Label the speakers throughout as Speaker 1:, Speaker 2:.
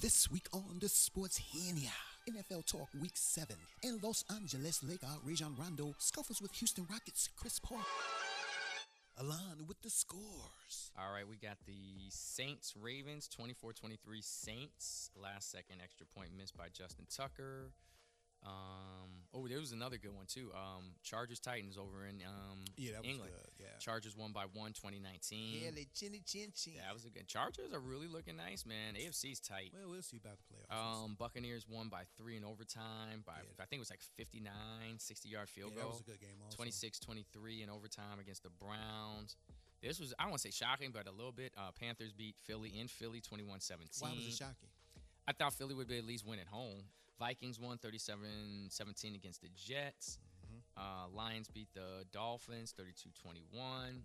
Speaker 1: This week on the Sports Hania, NFL Talk Week 7, and Los Angeles Laker Rajon Rondo scuffles with Houston Rockets Chris Paul. Alon with the scores.
Speaker 2: All right, we got the Saints Ravens 24 23 Saints. Last second extra point missed by Justin Tucker. Um, oh, there was another good one too. Um, Chargers Titans over in um,
Speaker 3: Yeah, that was
Speaker 2: England.
Speaker 3: good, yeah.
Speaker 2: Chargers won by one 2019.
Speaker 3: Yeah, they chinny chin chin.
Speaker 2: that Mm. was a good. Chargers are really looking nice, man. AFC's tight.
Speaker 3: Well, we'll see about the playoffs.
Speaker 2: Um, Buccaneers won by three in overtime by I think it was like 59, 60 yard field
Speaker 3: Yeah,
Speaker 2: goal.
Speaker 3: that was a good game also.
Speaker 2: 26-23 in overtime against the Browns. This was I don't want to say shocking, but a little bit. Uh, Panthers beat Philly in Philly 21-17.
Speaker 3: Why was it shocking?
Speaker 2: I thought Philly would be at least win at home. Vikings won 37-17 against the Jets.
Speaker 3: Mm-hmm.
Speaker 2: Uh, Lions beat the Dolphins 32-21.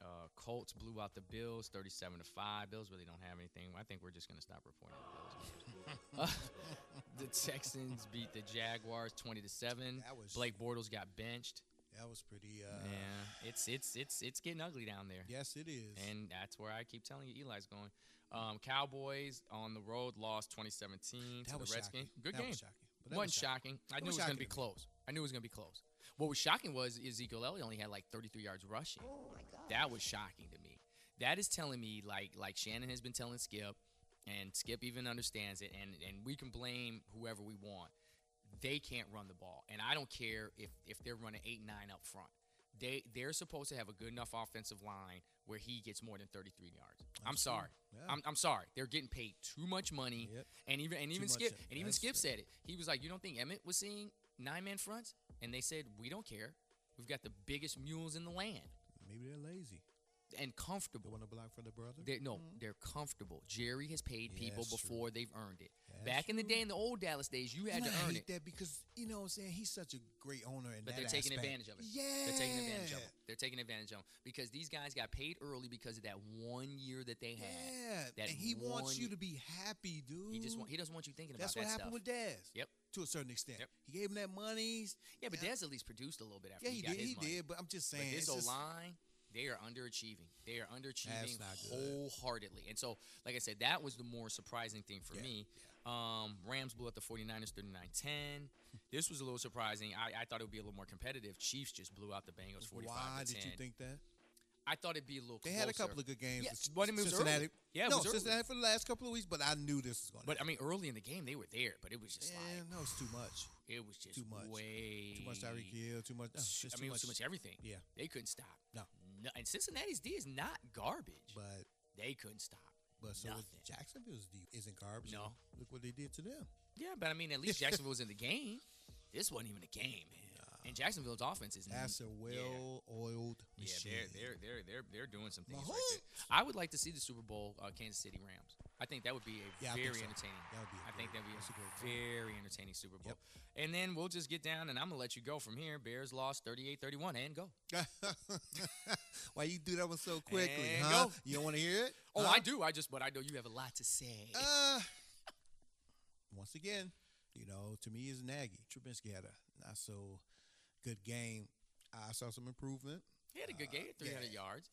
Speaker 2: Uh, Colts blew out the Bills 37 to 5. Bills really don't have anything. I think we're just going to stop reporting the Bills. Uh, the Texans beat the Jaguars 20 to 7.
Speaker 3: That was-
Speaker 2: Blake Bortles got benched.
Speaker 3: That was pretty. Uh,
Speaker 2: yeah, it's it's it's it's getting ugly down there.
Speaker 3: Yes, it is.
Speaker 2: And that's where I keep telling you Eli's going. Um, Cowboys on the road lost 2017
Speaker 3: That
Speaker 2: to
Speaker 3: was
Speaker 2: the Redskins.
Speaker 3: shocking.
Speaker 2: Good
Speaker 3: That
Speaker 2: game.
Speaker 3: was shocking. But that
Speaker 2: Wasn't
Speaker 3: was
Speaker 2: shocking.
Speaker 3: shocking.
Speaker 2: I
Speaker 3: That
Speaker 2: knew it
Speaker 3: was
Speaker 2: was going to
Speaker 3: shocking
Speaker 2: be
Speaker 3: to me.
Speaker 2: close. I knew it was going to be close. What was shocking was Ezekiel Elliott only had like 33 yards rushing. Oh my god. That was shocking to me. That is telling me like like Shannon has been telling Skip and Skip even understands it and and we can blame whoever we want. They can't run the ball. And I don't care if if they're running 8-9 up front. They they're supposed to have a good enough offensive line where he gets more than 33 yards. I'm sorry.
Speaker 3: Yeah.
Speaker 2: I'm, I'm sorry. They're getting paid too much money.
Speaker 3: Yep.
Speaker 2: And even and even
Speaker 3: much
Speaker 2: Skip
Speaker 3: of-
Speaker 2: and even
Speaker 3: that's
Speaker 2: Skip
Speaker 3: true.
Speaker 2: said it. He was like, "You don't think Emmett was seeing nine man fronts?" And they said, "We don't care. We've got the biggest mules in the land
Speaker 3: Maybe they're lazy.
Speaker 2: and
Speaker 3: They
Speaker 2: comfortable."
Speaker 3: want to block for the brother.
Speaker 2: They're, no, they're comfortable. Jerry has paid people
Speaker 3: Mhm. That's true.
Speaker 2: before they've eurned it.
Speaker 3: That's
Speaker 2: Back in the day, in the old Dallas days, you had
Speaker 3: and I
Speaker 2: to earn
Speaker 3: hate
Speaker 2: it.
Speaker 3: that because you know what I'm saying he's such a great owner, and
Speaker 2: But they're taking advantage of it.
Speaker 3: Yeah,
Speaker 2: They're taking advantage of it. They're taking advantage of it because these guys got paid early because of that one year that they had.
Speaker 3: Yeah,
Speaker 2: That
Speaker 3: and he
Speaker 2: one-
Speaker 3: wants you to be happy, dude.
Speaker 2: He just want, he doesn't want you thinking
Speaker 3: That's
Speaker 2: about
Speaker 3: what
Speaker 2: that
Speaker 3: happened
Speaker 2: stuff.
Speaker 3: with Dez.
Speaker 2: Yep.
Speaker 3: To a certain extent,
Speaker 2: Yep.
Speaker 3: he gave him that money.
Speaker 2: Yeah, but Dez at least produced a little bit after
Speaker 3: Yeah,
Speaker 2: he,
Speaker 3: he,
Speaker 2: got
Speaker 3: did.
Speaker 2: his
Speaker 3: He
Speaker 2: money.
Speaker 3: did. But I'm just saying,
Speaker 2: But this
Speaker 3: it's
Speaker 2: O
Speaker 3: just-
Speaker 2: line, they are underachieving. They are
Speaker 3: That's
Speaker 2: underachieving
Speaker 3: not good.
Speaker 2: wholeheartedly. And so, like I said, that was the more surprising thing for
Speaker 3: Yeah,
Speaker 2: me. Um, Rams blew out the 49ers 39 10. This was a little surprising. I, I thought it would be a little more competitive. Chiefs just blew out the Bengals 45
Speaker 3: Why
Speaker 2: to
Speaker 3: did
Speaker 2: 10.
Speaker 3: you think that?
Speaker 2: I thought it'd be a little
Speaker 3: They had a
Speaker 2: closer.
Speaker 3: couple of good games.
Speaker 2: Yeah,
Speaker 3: with
Speaker 2: but I mean, it was
Speaker 3: Cincinnati.
Speaker 2: early. Yeah, it
Speaker 3: no,
Speaker 2: was early.
Speaker 3: Cincinnati for the last couple of weeks, but I knew this was going.
Speaker 2: But I mean, early in the game, they were there, but it was just
Speaker 3: yeah,
Speaker 2: like,
Speaker 3: no, it's too much.
Speaker 2: it was just
Speaker 3: Too much.
Speaker 2: way
Speaker 3: Too much Tyreek Hill. Too much. no, it's just
Speaker 2: I mean, it was too much everything.
Speaker 3: Yeah.
Speaker 2: They couldn't stop.
Speaker 3: No.
Speaker 2: no and Cincinnati's D is not garbage.
Speaker 3: But
Speaker 2: they couldn't stop.
Speaker 3: but so
Speaker 2: Nothing.
Speaker 3: is Jacksonville's deep isn't garbage.
Speaker 2: No.
Speaker 3: look what they did to them.
Speaker 2: yeah, but I mean, at least Jacksonville was in the game. This wasn't even a game, man. And Jacksonville's offense is
Speaker 3: That's a
Speaker 2: Yeah.
Speaker 3: Uh, well-oiled
Speaker 2: Yeah,
Speaker 3: machine.
Speaker 2: they're they're they're they're they're doing some things. Right
Speaker 3: Mahomes.
Speaker 2: there. I would like to see the Super Bowl uh, Kansas City Rams. I think that would be a
Speaker 3: Yeah, I
Speaker 2: very
Speaker 3: think so.
Speaker 2: entertaining.
Speaker 3: That would be a
Speaker 2: I think
Speaker 3: great-
Speaker 2: that'd be
Speaker 3: that's a great
Speaker 2: a
Speaker 3: call.
Speaker 2: very entertaining Super Bowl.
Speaker 3: Yep.
Speaker 2: And then we'll just get down, and I'm gonna let you go from here. Bears lost 38-31, and go.
Speaker 3: Why you do that one so quickly,
Speaker 2: And
Speaker 3: huh?
Speaker 2: go.
Speaker 3: You don't want to hear it?
Speaker 2: Oh,
Speaker 3: Huh?
Speaker 2: I do. I just, but I know you have a lot to say.
Speaker 3: Uh, once again, you know, to me is Nagy. Trubinsky had a not so good game. I saw some improvement.
Speaker 2: he had a good game, 300
Speaker 3: yeah.
Speaker 2: yards.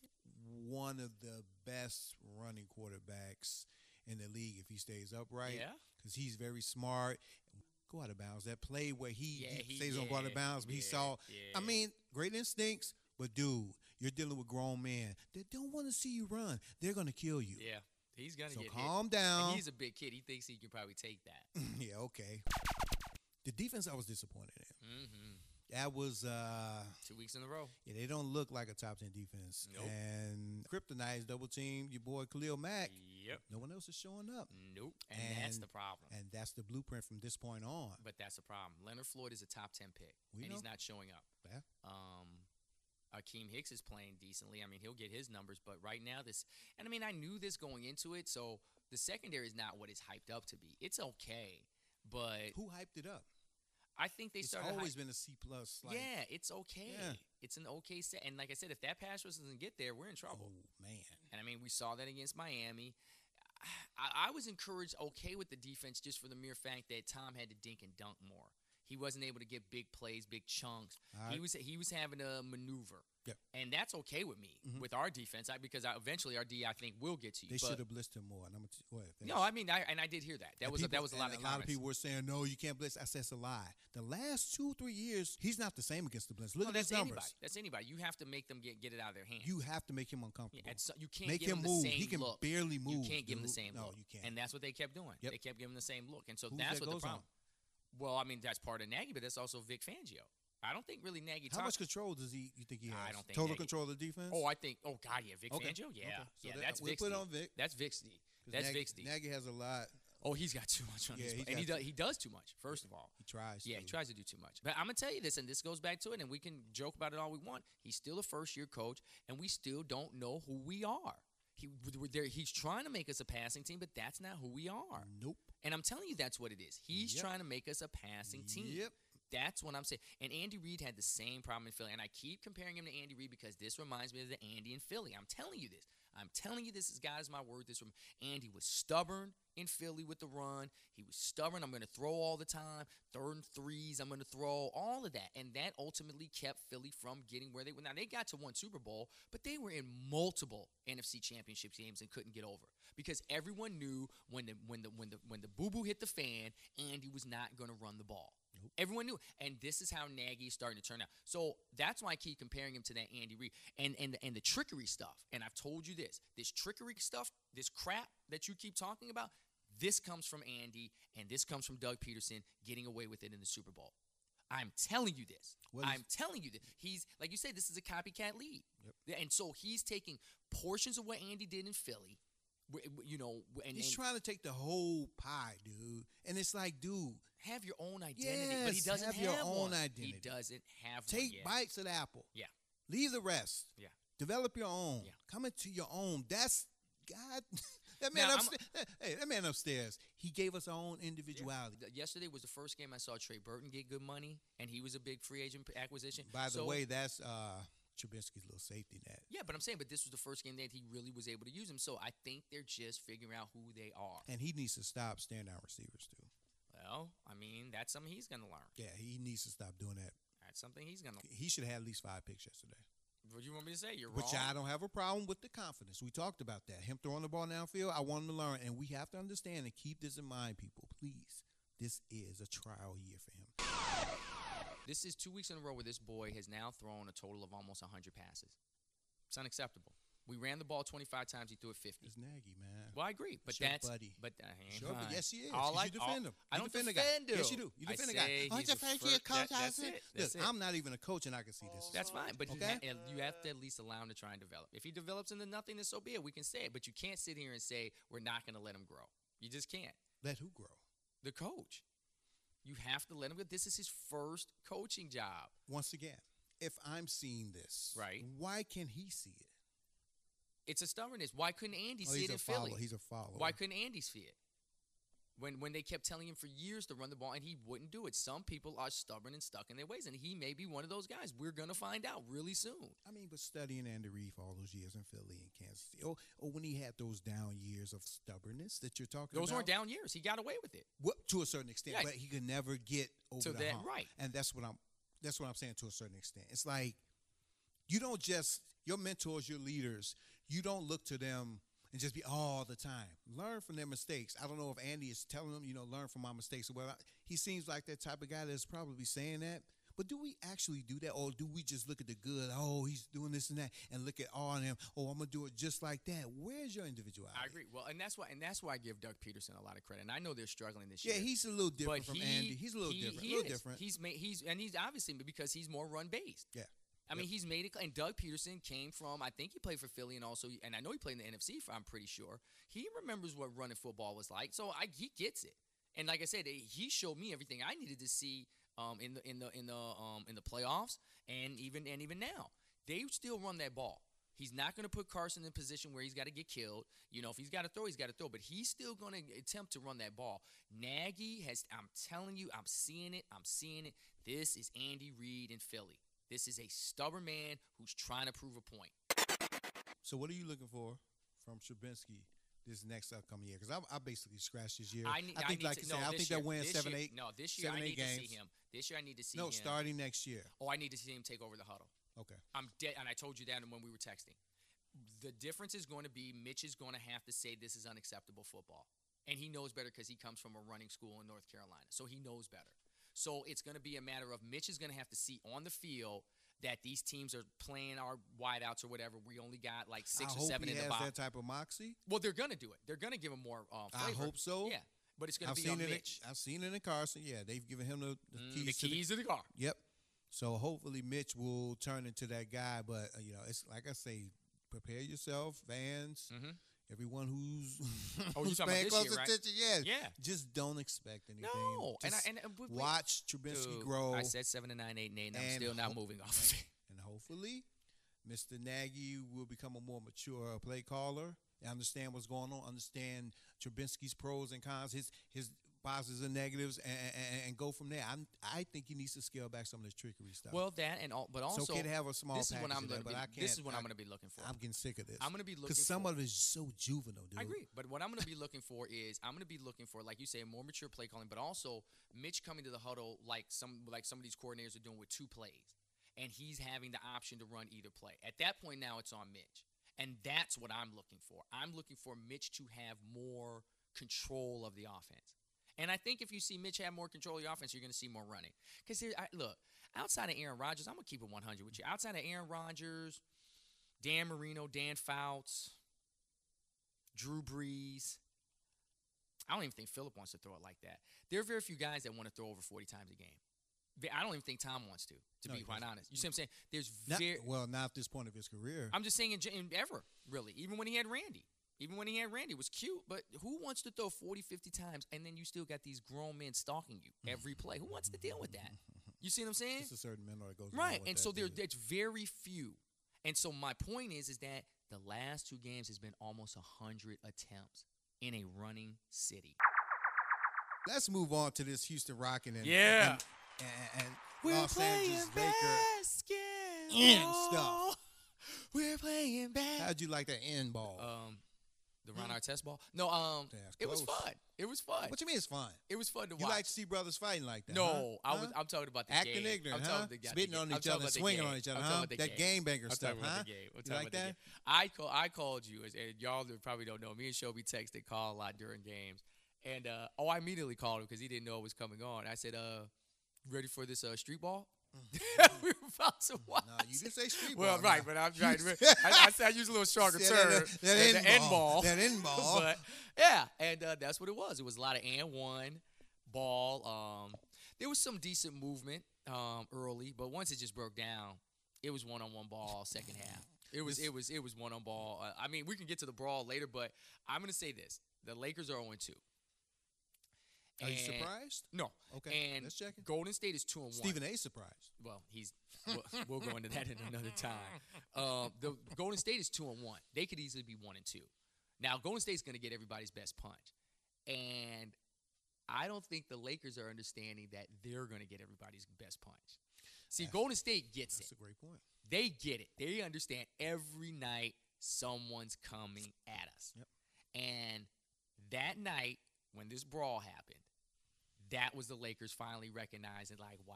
Speaker 3: One of the best running quarterbacks in the league if he stays upright.
Speaker 2: Yeah.
Speaker 3: Because he's very smart. Go out of bounds. That play where he,
Speaker 2: Yeah,
Speaker 3: he
Speaker 2: he-
Speaker 3: stays on go out of
Speaker 2: yeah,
Speaker 3: bounds, but he
Speaker 2: yeah,
Speaker 3: saw.
Speaker 2: yeah.
Speaker 3: I mean, great instincts, but dude, you're dealing with grown men that don't want to see you run. They're gonna kill you.
Speaker 2: Yeah, he's gonna
Speaker 3: So
Speaker 2: get hit.
Speaker 3: calm
Speaker 2: And
Speaker 3: down.
Speaker 2: he's a big kid. He thinks he can probably take that.
Speaker 3: Yeah, okay. The defense, I was disappointed in. That was, uh
Speaker 2: Mm-hmm. Two weeks in a row.
Speaker 3: yeah, they don't look like a top 10 defense.
Speaker 2: Nope.
Speaker 3: And Kryptonite's double team, your boy Khalil Mack.
Speaker 2: Yep.
Speaker 3: No one else is showing up.
Speaker 2: Nope. And, that's the problem.
Speaker 3: And that's the blueprint from this point on.
Speaker 2: but that's the problem. Leonard Floyd is a top ten pick,
Speaker 3: We
Speaker 2: and he's
Speaker 3: know.
Speaker 2: not showing up.
Speaker 3: Yeah.
Speaker 2: Um, Akeem Hicks is playing decently. I mean, he'll get his numbers, but right now this, and I mean, I knew this going into it. So the secondary is not what it's hyped up to be. It's okay, but
Speaker 3: Who hyped it up?
Speaker 2: I think they
Speaker 3: it's
Speaker 2: started.
Speaker 3: always
Speaker 2: hy-
Speaker 3: been a C plus. Like,
Speaker 2: yeah, it's okay.
Speaker 3: Yeah.
Speaker 2: It's an okay set. And like I said, if that pass rush doesn't get there, we're in trouble.
Speaker 3: Oh man.
Speaker 2: And I mean, we saw that against Miami. I, I was encouraged, okay, with the defense just for the mere fact that Tom had to dink and dunk more. He wasn't able to get big plays, big chunks.
Speaker 3: All
Speaker 2: He
Speaker 3: right.
Speaker 2: was he was having a maneuver.
Speaker 3: Yep.
Speaker 2: And that's okay with me
Speaker 3: Mhm.
Speaker 2: with our defense I, because I, eventually our D I think will get to you.
Speaker 3: They
Speaker 2: but-
Speaker 3: should have blitzed him more. And I'm gonna t- go ahead, finish.
Speaker 2: no, I mean, I, and I did hear that. That
Speaker 3: And
Speaker 2: was a, that
Speaker 3: people-
Speaker 2: was a
Speaker 3: and
Speaker 2: lot of
Speaker 3: a lot of
Speaker 2: comments.
Speaker 3: people were saying no, you can't blitz. I said it's a lie. The last two three years, he's not the same against the blitz. Look
Speaker 2: No,
Speaker 3: at
Speaker 2: Oh, that's
Speaker 3: his numbers.
Speaker 2: anybody. That's anybody. You have to make them get, get it out of their hands.
Speaker 3: You have to make him uncomfortable.
Speaker 2: Yeah, at so, you can't
Speaker 3: make
Speaker 2: give
Speaker 3: him
Speaker 2: them the
Speaker 3: move.
Speaker 2: same
Speaker 3: He can
Speaker 2: look.
Speaker 3: barely move.
Speaker 2: you can't give them the
Speaker 3: dude.
Speaker 2: same
Speaker 3: no,
Speaker 2: look.
Speaker 3: you can't.
Speaker 2: And that's what they kept doing.
Speaker 3: Yep.
Speaker 2: They kept giving them the same look. And so
Speaker 3: Who's
Speaker 2: that's
Speaker 3: that
Speaker 2: what the
Speaker 3: goes on?
Speaker 2: problem. Well, I mean, that's part of Nagy, but that's also Vic Fangio. I don't think really Nagy
Speaker 3: How
Speaker 2: talks-
Speaker 3: much control does he? You think he has?
Speaker 2: I don't think
Speaker 3: total
Speaker 2: that he-
Speaker 3: control of the defense.
Speaker 2: Oh, I think. Oh, God, yeah, Vic
Speaker 3: Okay,
Speaker 2: Fangio. Yeah,
Speaker 3: okay. So
Speaker 2: yeah,
Speaker 3: that-
Speaker 2: that's
Speaker 3: we'll
Speaker 2: Vic's
Speaker 3: put
Speaker 2: D.
Speaker 3: on Vic.
Speaker 2: That's Vic's D.
Speaker 3: 'Cause
Speaker 2: That's
Speaker 3: Nagy,
Speaker 2: Vic's D.
Speaker 3: Nagy has a lot.
Speaker 2: Oh, he's got too much on
Speaker 3: Yeah,
Speaker 2: his
Speaker 3: he's
Speaker 2: plate, and he
Speaker 3: got-
Speaker 2: does, he does too much. First of all,
Speaker 3: He tries.
Speaker 2: Yeah,
Speaker 3: to.
Speaker 2: he tries to do too much. But I'm gonna tell you this, and this goes back to it, and we can joke about it all we want. He's still a first year coach, and we still don't know who we are. He, we're there, he's trying to make us a passing team, but that's not who we are.
Speaker 3: Nope.
Speaker 2: And I'm telling you, that's what it is. He's
Speaker 3: Yep.
Speaker 2: trying to make us a passing team.
Speaker 3: Yep.
Speaker 2: That's what I'm saying. And Andy Reid had the same problem in Philly. And I keep comparing him to Andy Reid because this reminds me of the Andy in Philly. I'm telling you this. I'm telling you this as God is my word. This from Andy was stubborn in Philly with the run. He was stubborn. I'm going to throw all the time. Third and threes. I'm going to throw all of that, and that ultimately kept Philly from getting where they were. Now they got to one Super Bowl, but they were in multiple NFC Championship games and couldn't get over because everyone knew when the when the when the when the boo boo hit the fan, Andy was not going to run the ball. Everyone knew, and this is how Nagy is starting to turn out. So that's why I keep comparing him to that Andy Reid and and the, and the trickery stuff. And I've told you this: this trickery stuff, this crap that you keep talking about, this comes from Andy, and this comes from Doug Peterson getting away with it in the Super Bowl. I'm telling you this.
Speaker 3: What is-
Speaker 2: I'm telling you this. He's like you said, this is a copycat league, and so he's taking portions of what Andy did in Philly. wh- wh- You know, wh- and,
Speaker 3: He's
Speaker 2: and
Speaker 3: trying to take the whole pie, dude. And it's like, dude,
Speaker 2: have your own identity, but he
Speaker 3: Yes,
Speaker 2: doesn't
Speaker 3: have your own
Speaker 2: one.
Speaker 3: identity.
Speaker 2: He doesn't have one
Speaker 3: take
Speaker 2: yet.
Speaker 3: bites of the apple.
Speaker 2: Yeah.
Speaker 3: Leave the rest.
Speaker 2: Yeah.
Speaker 3: Develop your own.
Speaker 2: Yeah.
Speaker 3: Come into your own. That's God. that man
Speaker 2: Now, I'm-
Speaker 3: upstairs. Hey, that man upstairs. He gave us our own individuality.
Speaker 2: Th- Yesterday was the first game I saw Trey Burton get good money, and he was a big free agent p- acquisition.
Speaker 3: By the
Speaker 2: So-
Speaker 3: way, that's uh Trubisky's little safety net.
Speaker 2: yeah, but I'm saying, but this was the first game that he really was able to use him. So I think they're just figuring out who they are.
Speaker 3: And he needs to stop staring down receivers too.
Speaker 2: Well, I mean, that's something he's going to learn.
Speaker 3: Yeah, he needs to stop doing that.
Speaker 2: That's something he's going to.
Speaker 3: He should have had at least five picks yesterday.
Speaker 2: What do you want me to say? You're
Speaker 3: Which I
Speaker 2: wrong.
Speaker 3: don't have a problem with the confidence. We talked about that. Him throwing the ball downfield, I want him to learn. And we have to understand and keep this in mind, people. Please. This is a trial year for him.
Speaker 2: This is two weeks in a row where this boy has now thrown a total of almost 100 passes. It's unacceptable. We ran the ball 25 times. He threw it 50.
Speaker 3: It's Nagy, man.
Speaker 2: Well, I agree, but
Speaker 3: your
Speaker 2: that's
Speaker 3: buddy.
Speaker 2: but uh, he ain't
Speaker 3: Sure, but
Speaker 2: mine.
Speaker 3: yes, he is.
Speaker 2: All
Speaker 3: 'cause
Speaker 2: I,
Speaker 3: you defend
Speaker 2: all-
Speaker 3: him.
Speaker 2: I
Speaker 3: You
Speaker 2: don't
Speaker 3: defend the
Speaker 2: defend,
Speaker 3: guy.
Speaker 2: him.
Speaker 3: Yes, you do. You defend the
Speaker 2: I
Speaker 3: guy.
Speaker 2: say
Speaker 3: Oh,
Speaker 2: he's
Speaker 3: he's a first year coach,
Speaker 2: That, that's
Speaker 3: I
Speaker 2: it.
Speaker 3: Look,
Speaker 2: That's it.
Speaker 3: I'm not even a coach, and I can see this.
Speaker 2: That's fine, but
Speaker 3: Okay.
Speaker 2: you, ha- you have to at least allow him to try and develop. If he develops into nothingness, so be it. We can say it, but you can't sit here and say we're not going to let him grow. You just can't.
Speaker 3: Let who grow?
Speaker 2: The coach, you have to let him go. This is his first coaching job.
Speaker 3: Once again, if I'm seeing this,
Speaker 2: Right.
Speaker 3: Why can't he see it?
Speaker 2: It's a stubbornness. Why couldn't Andy
Speaker 3: Oh,
Speaker 2: see
Speaker 3: he's a
Speaker 2: it in
Speaker 3: follower.
Speaker 2: Philly?
Speaker 3: He's a follower.
Speaker 2: Why couldn't Andy see it? When when they kept telling him for years to run the ball and he wouldn't do it. Some people are stubborn and stuck in their ways, and he may be one of those guys. We're gonna find out really soon.
Speaker 3: I mean, but studying Andy Reid for all those years in Philly and Kansas City, or, or when he had those down years of stubbornness that you're talking
Speaker 2: Those
Speaker 3: about,
Speaker 2: weren't down years. He got away with it.
Speaker 3: Well, to a certain extent,
Speaker 2: Yeah.
Speaker 3: but he could never get over
Speaker 2: To
Speaker 3: the
Speaker 2: that-
Speaker 3: hump.
Speaker 2: right.
Speaker 3: And that's what I'm. That's what I'm saying to a certain extent. It's like you don't just your mentors, your leaders. You don't look to them and just be all the time. Learn from their mistakes. I don't know if Andy is telling them, you know, learn from my mistakes. Well, he seems like that type of guy that's probably saying that. But do we actually do that, or do we just look at the good? Oh, he's doing this and that, and look at all of him. Oh, I'm gonna do it just like that. Where's your individuality?
Speaker 2: I agree. Well, and that's why and that's why I give Doug Peterson a lot of credit. And I know they're struggling this
Speaker 3: Yeah,
Speaker 2: year.
Speaker 3: he's a little different
Speaker 2: but
Speaker 3: from
Speaker 2: he,
Speaker 3: Andy. He's a little
Speaker 2: he-
Speaker 3: different.
Speaker 2: He
Speaker 3: a little
Speaker 2: is.
Speaker 3: different.
Speaker 2: He's made he's and he's obviously because he's more run based.
Speaker 3: yeah.
Speaker 2: I mean, he's made it. cl- And Doug Peterson came from. I think he played for Philly, and also, and I know he played in the NFC. For, I'm pretty sure he remembers what running football was like. So I, he gets it. And like I said, eh, he showed me everything I needed to see um, in the in the in the um, in the playoffs, and even and even now, they still run that ball. He's not going to put Carson in a position where he's got to get killed. You know, if he's got to throw, he's got to throw, but he's still going to attempt to run that ball. Nagy has, I'm telling you, I'm seeing it. I'm seeing it. This is Andy Reid in Philly. This is a stubborn man who's trying to prove a point.
Speaker 3: So what are you looking for from Trubinsky this next upcoming year because I, I basically scratched this year.
Speaker 2: I, need,
Speaker 3: I think,
Speaker 2: need
Speaker 3: like
Speaker 2: to,
Speaker 3: you
Speaker 2: no,
Speaker 3: said, I
Speaker 2: this
Speaker 3: think
Speaker 2: year,
Speaker 3: they're winning
Speaker 2: this
Speaker 3: seven,
Speaker 2: year- mm,
Speaker 3: eight.
Speaker 2: No, this year
Speaker 3: seven,
Speaker 2: I
Speaker 3: eight
Speaker 2: need to
Speaker 3: games.
Speaker 2: see him. This year I need to see
Speaker 3: no,
Speaker 2: him.
Speaker 3: starting next year.
Speaker 2: Oh, I need to see him take over the huddle.
Speaker 3: Okay.
Speaker 2: I'm dead, and I told you that when we were texting. The difference is going to be Mitch is going to have to say this is unacceptable football, and he knows better because he comes from a running school in North Carolina, so he knows better. So it's going to be a matter of Mitch is going to have to see on the field that these teams are playing our wideouts or whatever. We only got like six
Speaker 3: I
Speaker 2: or
Speaker 3: hope
Speaker 2: seven
Speaker 3: he
Speaker 2: in the
Speaker 3: has
Speaker 2: box.
Speaker 3: that type of moxie.
Speaker 2: Well, they're going to do it. They're going to give him more. Uh,
Speaker 3: I
Speaker 2: flavor.
Speaker 3: hope so.
Speaker 2: Yeah, but it's going
Speaker 3: I've
Speaker 2: to be on
Speaker 3: seen it.
Speaker 2: Mitch.
Speaker 3: I've seen it in Carson. Yeah, they've given him the, the
Speaker 2: Mm,
Speaker 3: keys.
Speaker 2: the
Speaker 3: to the-
Speaker 2: keys of the car.
Speaker 3: yep. So hopefully Mitch will turn into that guy. But uh, you know, it's like I say, prepare yourself, fans,
Speaker 2: Mhm.
Speaker 3: everyone who's
Speaker 2: Oh, you
Speaker 3: who's
Speaker 2: talking about
Speaker 3: paying
Speaker 2: this
Speaker 3: close
Speaker 2: year, right?
Speaker 3: attention. Yes.
Speaker 2: Yeah.
Speaker 3: Just don't expect anything.
Speaker 2: No, and I,
Speaker 3: Just
Speaker 2: and uh, we- we-
Speaker 3: watch Trubisky
Speaker 2: Dude,
Speaker 3: grow,
Speaker 2: I said seven to nine, eight and eight, and, I'm
Speaker 3: and
Speaker 2: still not
Speaker 3: hope-
Speaker 2: moving off of it.
Speaker 3: and hopefully, Mr. Nagy will become a more mature uh, play caller. and Understand what's going on. Understand Trubinsky's pros and cons. His his positives and negatives, and, and, and go from there. I'm, I think he needs to scale back some of this trickery stuff.
Speaker 2: Well, that and all, but
Speaker 3: it's
Speaker 2: also
Speaker 3: okay to have a small
Speaker 2: this is what
Speaker 3: package
Speaker 2: I'm
Speaker 3: of that, but
Speaker 2: gonna
Speaker 3: I
Speaker 2: be.
Speaker 3: can't.
Speaker 2: This is what
Speaker 3: I,
Speaker 2: I'm gonna be looking for.
Speaker 3: I'm getting sick of this.
Speaker 2: I'm gonna be looking
Speaker 3: because some
Speaker 2: for-
Speaker 3: of it is so juvenile, dude.
Speaker 2: I agree, but what I'm gonna be looking for is I'm gonna be looking for, like you say, more mature play calling, but also Mitch coming to the huddle like some like some of these coordinators are doing with two plays, and he's having the option to run either play. At that point, now it's on Mitch, and that's what I'm looking for. I'm looking for Mitch to have more control of the offense. And I think if you see Mitch have more control of the offense, you're going to see more running. Because here, I, look, outside of Aaron Rodgers, I'm going to keep it 100 with you. Outside of Aaron Rodgers, Dan Marino, Dan Fouts, Drew Brees, I don't even think Philip wants to throw it like that. There are very few guys that want to throw over 40 times a game. Ve- I don't even think Tom wants to, to
Speaker 3: No,
Speaker 2: be
Speaker 3: he
Speaker 2: quite
Speaker 3: doesn't.
Speaker 2: honest. You see what I'm saying? There's
Speaker 3: Not,
Speaker 2: very.
Speaker 3: well, not at this point of his career.
Speaker 2: I'm just saying in, gen- in ever, really. Even when he had Randy. Even when he had Randy, it was cute, but who wants to throw 40, 50 times and then you still got these grown men stalking you every play? Who wants to deal with that? You see what I'm saying?
Speaker 3: it's a certain mental that goes along
Speaker 2: Right.
Speaker 3: with
Speaker 2: And
Speaker 3: that,
Speaker 2: so there
Speaker 3: dude.
Speaker 2: it's very few. And so my point is is that the last two games has been almost 100 attempts in a running city.
Speaker 3: Let's move on to this Houston Rocket and
Speaker 2: Yeah.
Speaker 3: and, and, and Los Angeles Lakers.
Speaker 2: basketball.
Speaker 3: stuff.
Speaker 2: We're playing basketball.
Speaker 3: How'd you like that end ball?
Speaker 2: um the Ron Artest ball. No, um
Speaker 3: Yeah, it's
Speaker 2: it was
Speaker 3: close.
Speaker 2: fun. It was fun.
Speaker 3: what you mean it's fun?
Speaker 2: it was fun to
Speaker 3: You
Speaker 2: watch.
Speaker 3: like to see brothers fighting like that?
Speaker 2: no,
Speaker 3: huh?
Speaker 2: I was
Speaker 3: Huh?
Speaker 2: I'm talking about the
Speaker 3: acting
Speaker 2: game.
Speaker 3: ignorant,
Speaker 2: I'm
Speaker 3: huh?
Speaker 2: talking the- the
Speaker 3: Spitting
Speaker 2: game.
Speaker 3: on each
Speaker 2: I'm talking
Speaker 3: other,
Speaker 2: about the
Speaker 3: swinging
Speaker 2: game.
Speaker 3: on each other,
Speaker 2: I'm
Speaker 3: huh?
Speaker 2: talking about the
Speaker 3: That game banger
Speaker 2: I'm
Speaker 3: stuff,
Speaker 2: talking about
Speaker 3: huh?
Speaker 2: the game. I'm
Speaker 3: You
Speaker 2: talking
Speaker 3: like
Speaker 2: about the
Speaker 3: that?
Speaker 2: game. I call I called you as- and y'all probably don't know. Me and Shelby text and call a lot during games. And uh, oh, I immediately called him because he didn't know it was coming on. I said, "Uh, you ready for this uh, street ball? we were about to watch."
Speaker 3: No, Mm-hmm. you didn't say street
Speaker 2: Well,
Speaker 3: ball,
Speaker 2: right,
Speaker 3: no.
Speaker 2: but I'm trying
Speaker 3: You
Speaker 2: to. I, I, said I use a little stronger
Speaker 3: said
Speaker 2: term.
Speaker 3: that- that
Speaker 2: the-
Speaker 3: end
Speaker 2: the end
Speaker 3: ball.
Speaker 2: ball.
Speaker 3: That end ball.
Speaker 2: but yeah, and uh, that's what it was. It was a lot of and one ball. Um, there was some decent movement um, early, but once it just broke down, it was one on one ball second half. It was it was it was one on ball. Uh, I mean, we can get to the brawl later, but I'm gonna say this: the Lakers are 0 2.
Speaker 3: Are you surprised?
Speaker 2: No.
Speaker 3: Okay,
Speaker 2: And
Speaker 3: let's check it.
Speaker 2: Golden State is two and one
Speaker 3: Stephen A. surprised.
Speaker 2: well, he's we'll, we'll go into that at another time. Um, the Golden State is two and one. They could easily be one and two. Now, Golden State's going to get everybody's best punch, and I don't think the Lakers are understanding that they're going to get everybody's best punch. See,
Speaker 3: That's-
Speaker 2: Golden State gets
Speaker 3: That's
Speaker 2: it.
Speaker 3: a great point.
Speaker 2: They get it. They understand every night someone's coming at us.
Speaker 3: Yep.
Speaker 2: And that night when this brawl happened, that was the Lakers finally recognizing, like, wow,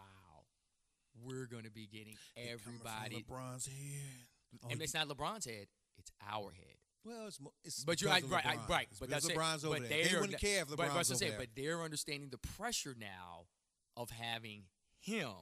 Speaker 2: we're going to be getting
Speaker 3: They coming from
Speaker 2: everybody.
Speaker 3: LeBron's head. Oh,
Speaker 2: and
Speaker 3: you-
Speaker 2: it's not LeBron's head; it's our head.
Speaker 3: well, it's, mo- it's
Speaker 2: But you're
Speaker 3: because of
Speaker 2: right, right,
Speaker 3: LeBron.
Speaker 2: right, right.
Speaker 3: It's
Speaker 2: But
Speaker 3: because
Speaker 2: that's it.
Speaker 3: LeBron's over
Speaker 2: but
Speaker 3: there. They
Speaker 2: they're
Speaker 3: wouldn't
Speaker 2: not-
Speaker 3: care if LeBron's
Speaker 2: but- but I was
Speaker 3: over
Speaker 2: gonna say,
Speaker 3: there.
Speaker 2: But they're understanding the pressure now of having him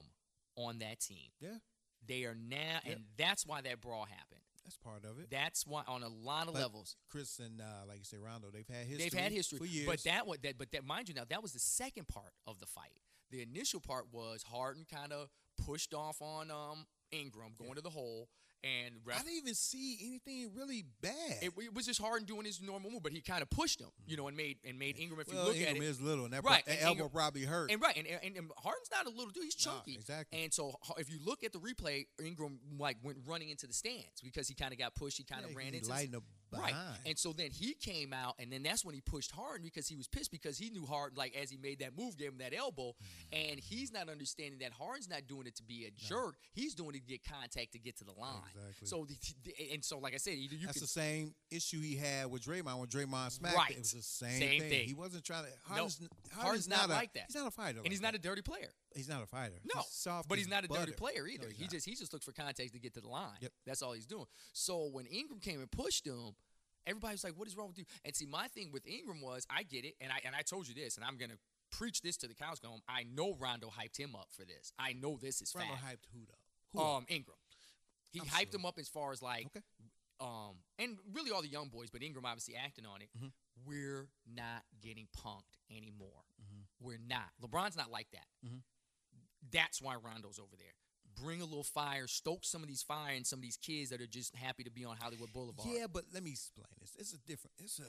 Speaker 2: on that team.
Speaker 3: yeah,
Speaker 2: They are now,
Speaker 3: Yep.
Speaker 2: and that's why that brawl happened.
Speaker 3: that's part of it.
Speaker 2: That's why on a lot of
Speaker 3: But
Speaker 2: levels.
Speaker 3: Chris and uh, like you say, Rondo, they've had history.
Speaker 2: They've had history,
Speaker 3: for years.
Speaker 2: but that what that but that mind you now that was the second part of the fight. The initial part was Harden kind of pushed off on um Ingram going to the hole and
Speaker 3: I
Speaker 2: ref,
Speaker 3: didn't even see anything really bad.
Speaker 2: it, it was just Harden doing his normal move, but he kind of pushed him, you know, and made and made Ingram if
Speaker 3: well,
Speaker 2: you look
Speaker 3: Ingram
Speaker 2: at it.
Speaker 3: is little, and that,
Speaker 2: Right,
Speaker 3: pro- that
Speaker 2: and
Speaker 3: elbow
Speaker 2: Ingram-
Speaker 3: probably hurt.
Speaker 2: and right, and, and and Harden's not a little dude; he's
Speaker 3: Nah,
Speaker 2: chunky.
Speaker 3: exactly.
Speaker 2: And so, Har- if you look at the replay, Ingram like went running into the stands because he kind of got pushed. He kind of
Speaker 3: Yeah,
Speaker 2: ran
Speaker 3: he
Speaker 2: into the-
Speaker 3: lighting a behind.
Speaker 2: Right. And so then he came out, and then that's when he pushed Harden because he was pissed because he knew Harden, like, as he made that move, gave him that elbow.
Speaker 3: Hmm.
Speaker 2: And he's not understanding that Harden's not doing it to be a jerk. He's doing it to get contact to get to the line.
Speaker 3: Exactly.
Speaker 2: So, the, the- and so, like I said, either you
Speaker 3: That's
Speaker 2: can.
Speaker 3: the same issue he had with Draymond when Draymond smacked. him.
Speaker 2: Right.
Speaker 3: It was the same,
Speaker 2: Same
Speaker 3: thing.
Speaker 2: thing.
Speaker 3: He wasn't trying to.
Speaker 2: No,
Speaker 3: Harden's, n-
Speaker 2: Harden's not
Speaker 3: a-
Speaker 2: like that.
Speaker 3: He's not a fighter.
Speaker 2: and he's not a dirty player.
Speaker 3: a. He's not a fighter.
Speaker 2: No,
Speaker 3: He's soft
Speaker 2: but
Speaker 3: as
Speaker 2: he's not a dirty
Speaker 3: butter.
Speaker 2: player
Speaker 3: No,
Speaker 2: either.
Speaker 3: he's
Speaker 2: he
Speaker 3: not.
Speaker 2: just he just looks for context to get to the line.
Speaker 3: Yep.
Speaker 2: That's all he's doing. So when Ingram came and pushed him, everybody was like, "What is wrong with you?" And see, my thing with Ingram was, I get it, and I and I told you this, and I'm gonna preach this to the cows come. home. I know Rondo hyped him up for this. I know this is
Speaker 3: Rondo
Speaker 2: fact.
Speaker 3: hyped who though? Who up?
Speaker 2: um, Ingram. He
Speaker 3: I'm
Speaker 2: hyped
Speaker 3: sure.
Speaker 2: him up as far as like,
Speaker 3: Okay.
Speaker 2: um, and really all the young boys, but Ingram obviously acting on it.
Speaker 3: Mm-hmm.
Speaker 2: We're not getting punked anymore.
Speaker 3: Mm-hmm.
Speaker 2: We're not. LeBron's not like that.
Speaker 3: Mhm.
Speaker 2: That's why Rondo's over there. Bring a little fire, stoke some of these fire and some of these kids that are just happy to be on Hollywood Boulevard.
Speaker 3: Yeah, but let me explain this. It's a different. It's a.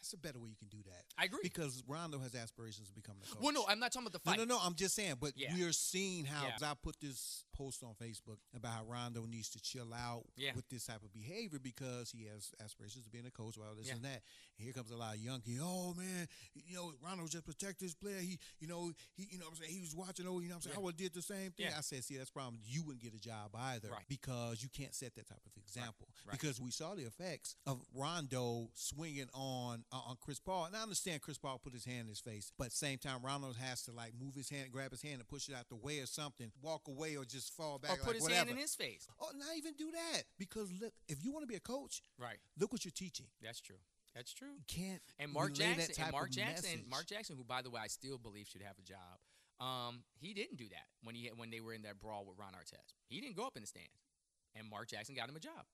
Speaker 3: It's a better way you can do that.
Speaker 2: I agree.
Speaker 3: Because Rondo has aspirations of becoming a coach.
Speaker 2: Well, no, I'm not talking about the
Speaker 3: No,
Speaker 2: fight.
Speaker 3: no, no. I'm just saying, but
Speaker 2: Yeah.
Speaker 3: we are seeing how.
Speaker 2: Yeah.
Speaker 3: 'cause I put this post on Facebook about how Rondo needs to chill out
Speaker 2: Yeah.
Speaker 3: with this type of behavior because he has aspirations of being a coach, well, this
Speaker 2: Yeah.
Speaker 3: and that. And here comes a lot of young kids. Oh man, you know Rondo just protect this player. He, you know, he, you know, what I'm saying he was watching over. You know, what I'm saying
Speaker 2: Yeah.
Speaker 3: I would have did the same thing.
Speaker 2: Yeah.
Speaker 3: I said, see, that's the problem. You wouldn't get a job either
Speaker 2: Right.
Speaker 3: because you can't set that type of example
Speaker 2: Right.
Speaker 3: because we saw the effects of Rondo swinging on uh, on Chris Paul. And I understand Chris Paul put his hand in his face, but same time Rondo has to like move his hand, grab his hand, and push it out the way or something, walk away or just fall back.
Speaker 2: or put
Speaker 3: like,
Speaker 2: his
Speaker 3: whatever.
Speaker 2: hand in his face.
Speaker 3: Oh, not even do that because look, if you want to be a coach,
Speaker 2: Right.
Speaker 3: look what you're teaching.
Speaker 2: That's true. That's true.
Speaker 3: You can't
Speaker 2: And Mark
Speaker 3: relay that
Speaker 2: Jackson,
Speaker 3: type
Speaker 2: and
Speaker 3: of
Speaker 2: Mark Jackson,
Speaker 3: message.
Speaker 2: Mark Jackson, who by the way I still believe should have a job. Um, he didn't do that when he when they were in that brawl with Ron Artest. He didn't go up in the stands, and Mark Jackson got him a job.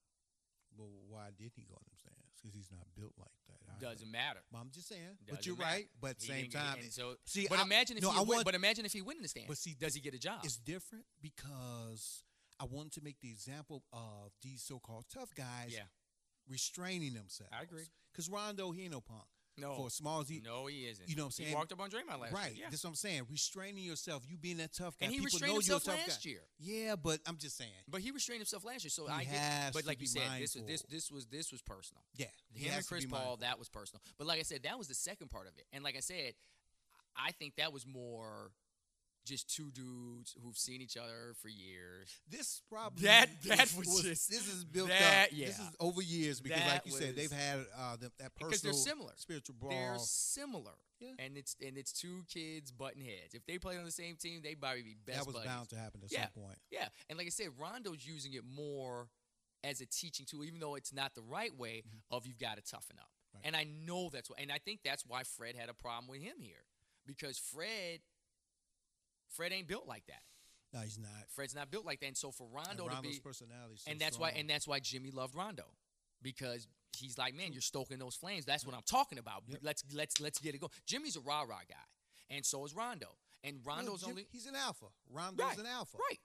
Speaker 3: Well, why did he go in them stands? Because he's not built like that. I
Speaker 2: Doesn't
Speaker 3: think.
Speaker 2: matter.
Speaker 3: Well, I'm just saying,
Speaker 2: Doesn't
Speaker 3: but you're
Speaker 2: matter.
Speaker 3: right. But
Speaker 2: He
Speaker 3: same
Speaker 2: didn't get-
Speaker 3: time,
Speaker 2: and so
Speaker 3: see,
Speaker 2: but
Speaker 3: I-
Speaker 2: imagine if
Speaker 3: no,
Speaker 2: he
Speaker 3: I
Speaker 2: win-
Speaker 3: want-
Speaker 2: but imagine if he win in the stands.
Speaker 3: But see,
Speaker 2: does he get a job?
Speaker 3: It's different because I wanted to make the example of these so-called tough guys
Speaker 2: Yeah.
Speaker 3: restraining themselves.
Speaker 2: I agree.
Speaker 3: Because Rondo, he ain't no punk.
Speaker 2: No.
Speaker 3: For as small as he,
Speaker 2: no, he isn't.
Speaker 3: you know what I'm
Speaker 2: He
Speaker 3: saying?
Speaker 2: walked up on Draymond last
Speaker 3: right.
Speaker 2: year. Yeah.
Speaker 3: That's what I'm saying. Restraining yourself, you being that tough guy.
Speaker 2: And he
Speaker 3: People
Speaker 2: restrained
Speaker 3: know
Speaker 2: himself
Speaker 3: you're a tough
Speaker 2: last
Speaker 3: guy.
Speaker 2: year.
Speaker 3: Yeah, but I'm just saying.
Speaker 2: But he restrained himself last year, so
Speaker 3: He
Speaker 2: I get.
Speaker 3: has
Speaker 2: But
Speaker 3: to
Speaker 2: like you
Speaker 3: be
Speaker 2: said, this was this
Speaker 3: mindful.
Speaker 2: this was this was personal.
Speaker 3: Yeah. he
Speaker 2: him
Speaker 3: has
Speaker 2: and
Speaker 3: to
Speaker 2: Chris
Speaker 3: be
Speaker 2: Paul,
Speaker 3: mindful.
Speaker 2: that was personal. But like I said, that was the second part of it. And like I said, I think that was more just two dudes who've seen each other for years.
Speaker 3: This probably
Speaker 2: That- that
Speaker 3: is-
Speaker 2: was just-
Speaker 3: this is built
Speaker 2: that-
Speaker 3: up. This
Speaker 2: yeah.
Speaker 3: is over years because,
Speaker 2: That
Speaker 3: like you said, they've
Speaker 2: was-
Speaker 3: had uh, the, that personal
Speaker 2: Because they're similar.
Speaker 3: spiritual
Speaker 2: They're
Speaker 3: brawl.
Speaker 2: similar.
Speaker 3: Yeah.
Speaker 2: And it's and it's two kids butting heads. If they played on the same team, they'd probably be best
Speaker 3: That was
Speaker 2: buddies.
Speaker 3: bound to happen at
Speaker 2: Yeah.
Speaker 3: some point.
Speaker 2: Yeah, and like I said, Rondo's using it more as a teaching tool, even though it's not the right way. Of you've got to toughen up,
Speaker 3: Mm-hmm. Right.
Speaker 2: and I know that's why, and I think that's why Fred had a problem with him here because Fred, Fred ain't built like that.
Speaker 3: No, he's not.
Speaker 2: Fred's not built like that, and so for
Speaker 3: And
Speaker 2: Rondo to
Speaker 3: Rondo's
Speaker 2: be,
Speaker 3: personality, is so
Speaker 2: and that's why,
Speaker 3: strong.
Speaker 2: and that's why Jimmy loved Rondo because he's like, man, you're stoking those flames. That's what I'm talking about.
Speaker 3: Yep.
Speaker 2: Let's let's let's get it going. Jimmy's a rah rah guy, and so is Rondo, and
Speaker 3: No,
Speaker 2: Rondo's
Speaker 3: Jim-
Speaker 2: only
Speaker 3: he's an alpha. Rondo's
Speaker 2: Right,
Speaker 3: an alpha.
Speaker 2: right.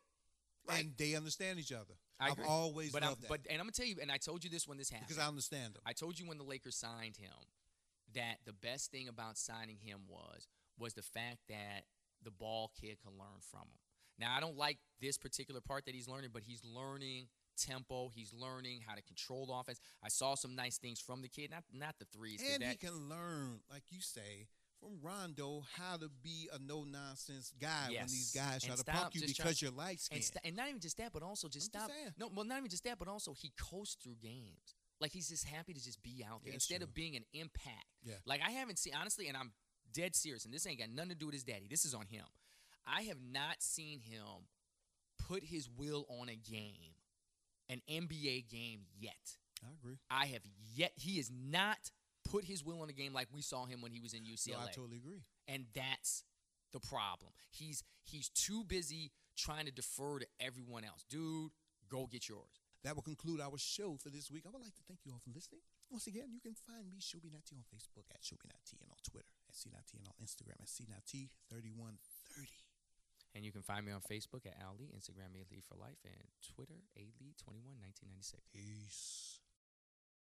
Speaker 2: right.
Speaker 3: And they understand each other.
Speaker 2: I
Speaker 3: I've
Speaker 2: agree.
Speaker 3: always
Speaker 2: but I'm-
Speaker 3: loved that.
Speaker 2: But and I'm gonna tell you, and I told you this when this happened.
Speaker 3: because I understand them.
Speaker 2: I told you when the Lakers signed him that the best thing about signing him was was the fact that the ball kid can learn from him. Now I don't like this particular part that he's learning, but he's learning tempo. He's learning how to control the offense. I saw some nice things from the kid, not not the threes. 'cause
Speaker 3: and he
Speaker 2: that-
Speaker 3: can learn, like you say, from Rondo how to be a no nonsense guy when
Speaker 2: Yes.
Speaker 3: these guys try
Speaker 2: And
Speaker 3: to
Speaker 2: stop
Speaker 3: pump you
Speaker 2: just
Speaker 3: because
Speaker 2: try-
Speaker 3: you're light skinned.
Speaker 2: and, st- and not even just that, but also just
Speaker 3: I'm just
Speaker 2: stop.
Speaker 3: saying.
Speaker 2: no, well, not even just that, but also he coasts through games. Like he's just happy to just be out there
Speaker 3: Yeah, it's
Speaker 2: instead
Speaker 3: true.
Speaker 2: of being an impact.
Speaker 3: Yeah.
Speaker 2: Like I haven't seen honestly, and I'm dead serious, and this ain't got nothing to do with his daddy. This is on him. I have not seen him put his will on a game, an NBA game yet.
Speaker 3: I agree.
Speaker 2: I have yet. He has not put his will on a game like we saw him when he was in UCLA
Speaker 3: No, I totally agree.
Speaker 2: and that's the problem. He's he's too busy trying to defer to everyone else. Dude, go get yours.
Speaker 3: That will conclude our show for this week. I would like to thank you all for listening. Once again, you can find me, Shobi Nati, on Facebook at Shobi Nati and on Twitter at CNIT and on Instagram at CNIT3130.
Speaker 2: And you can find me on Facebook at Ali, Instagram A Lee for Life, and Twitter A Lee 21 1996.
Speaker 3: Peace.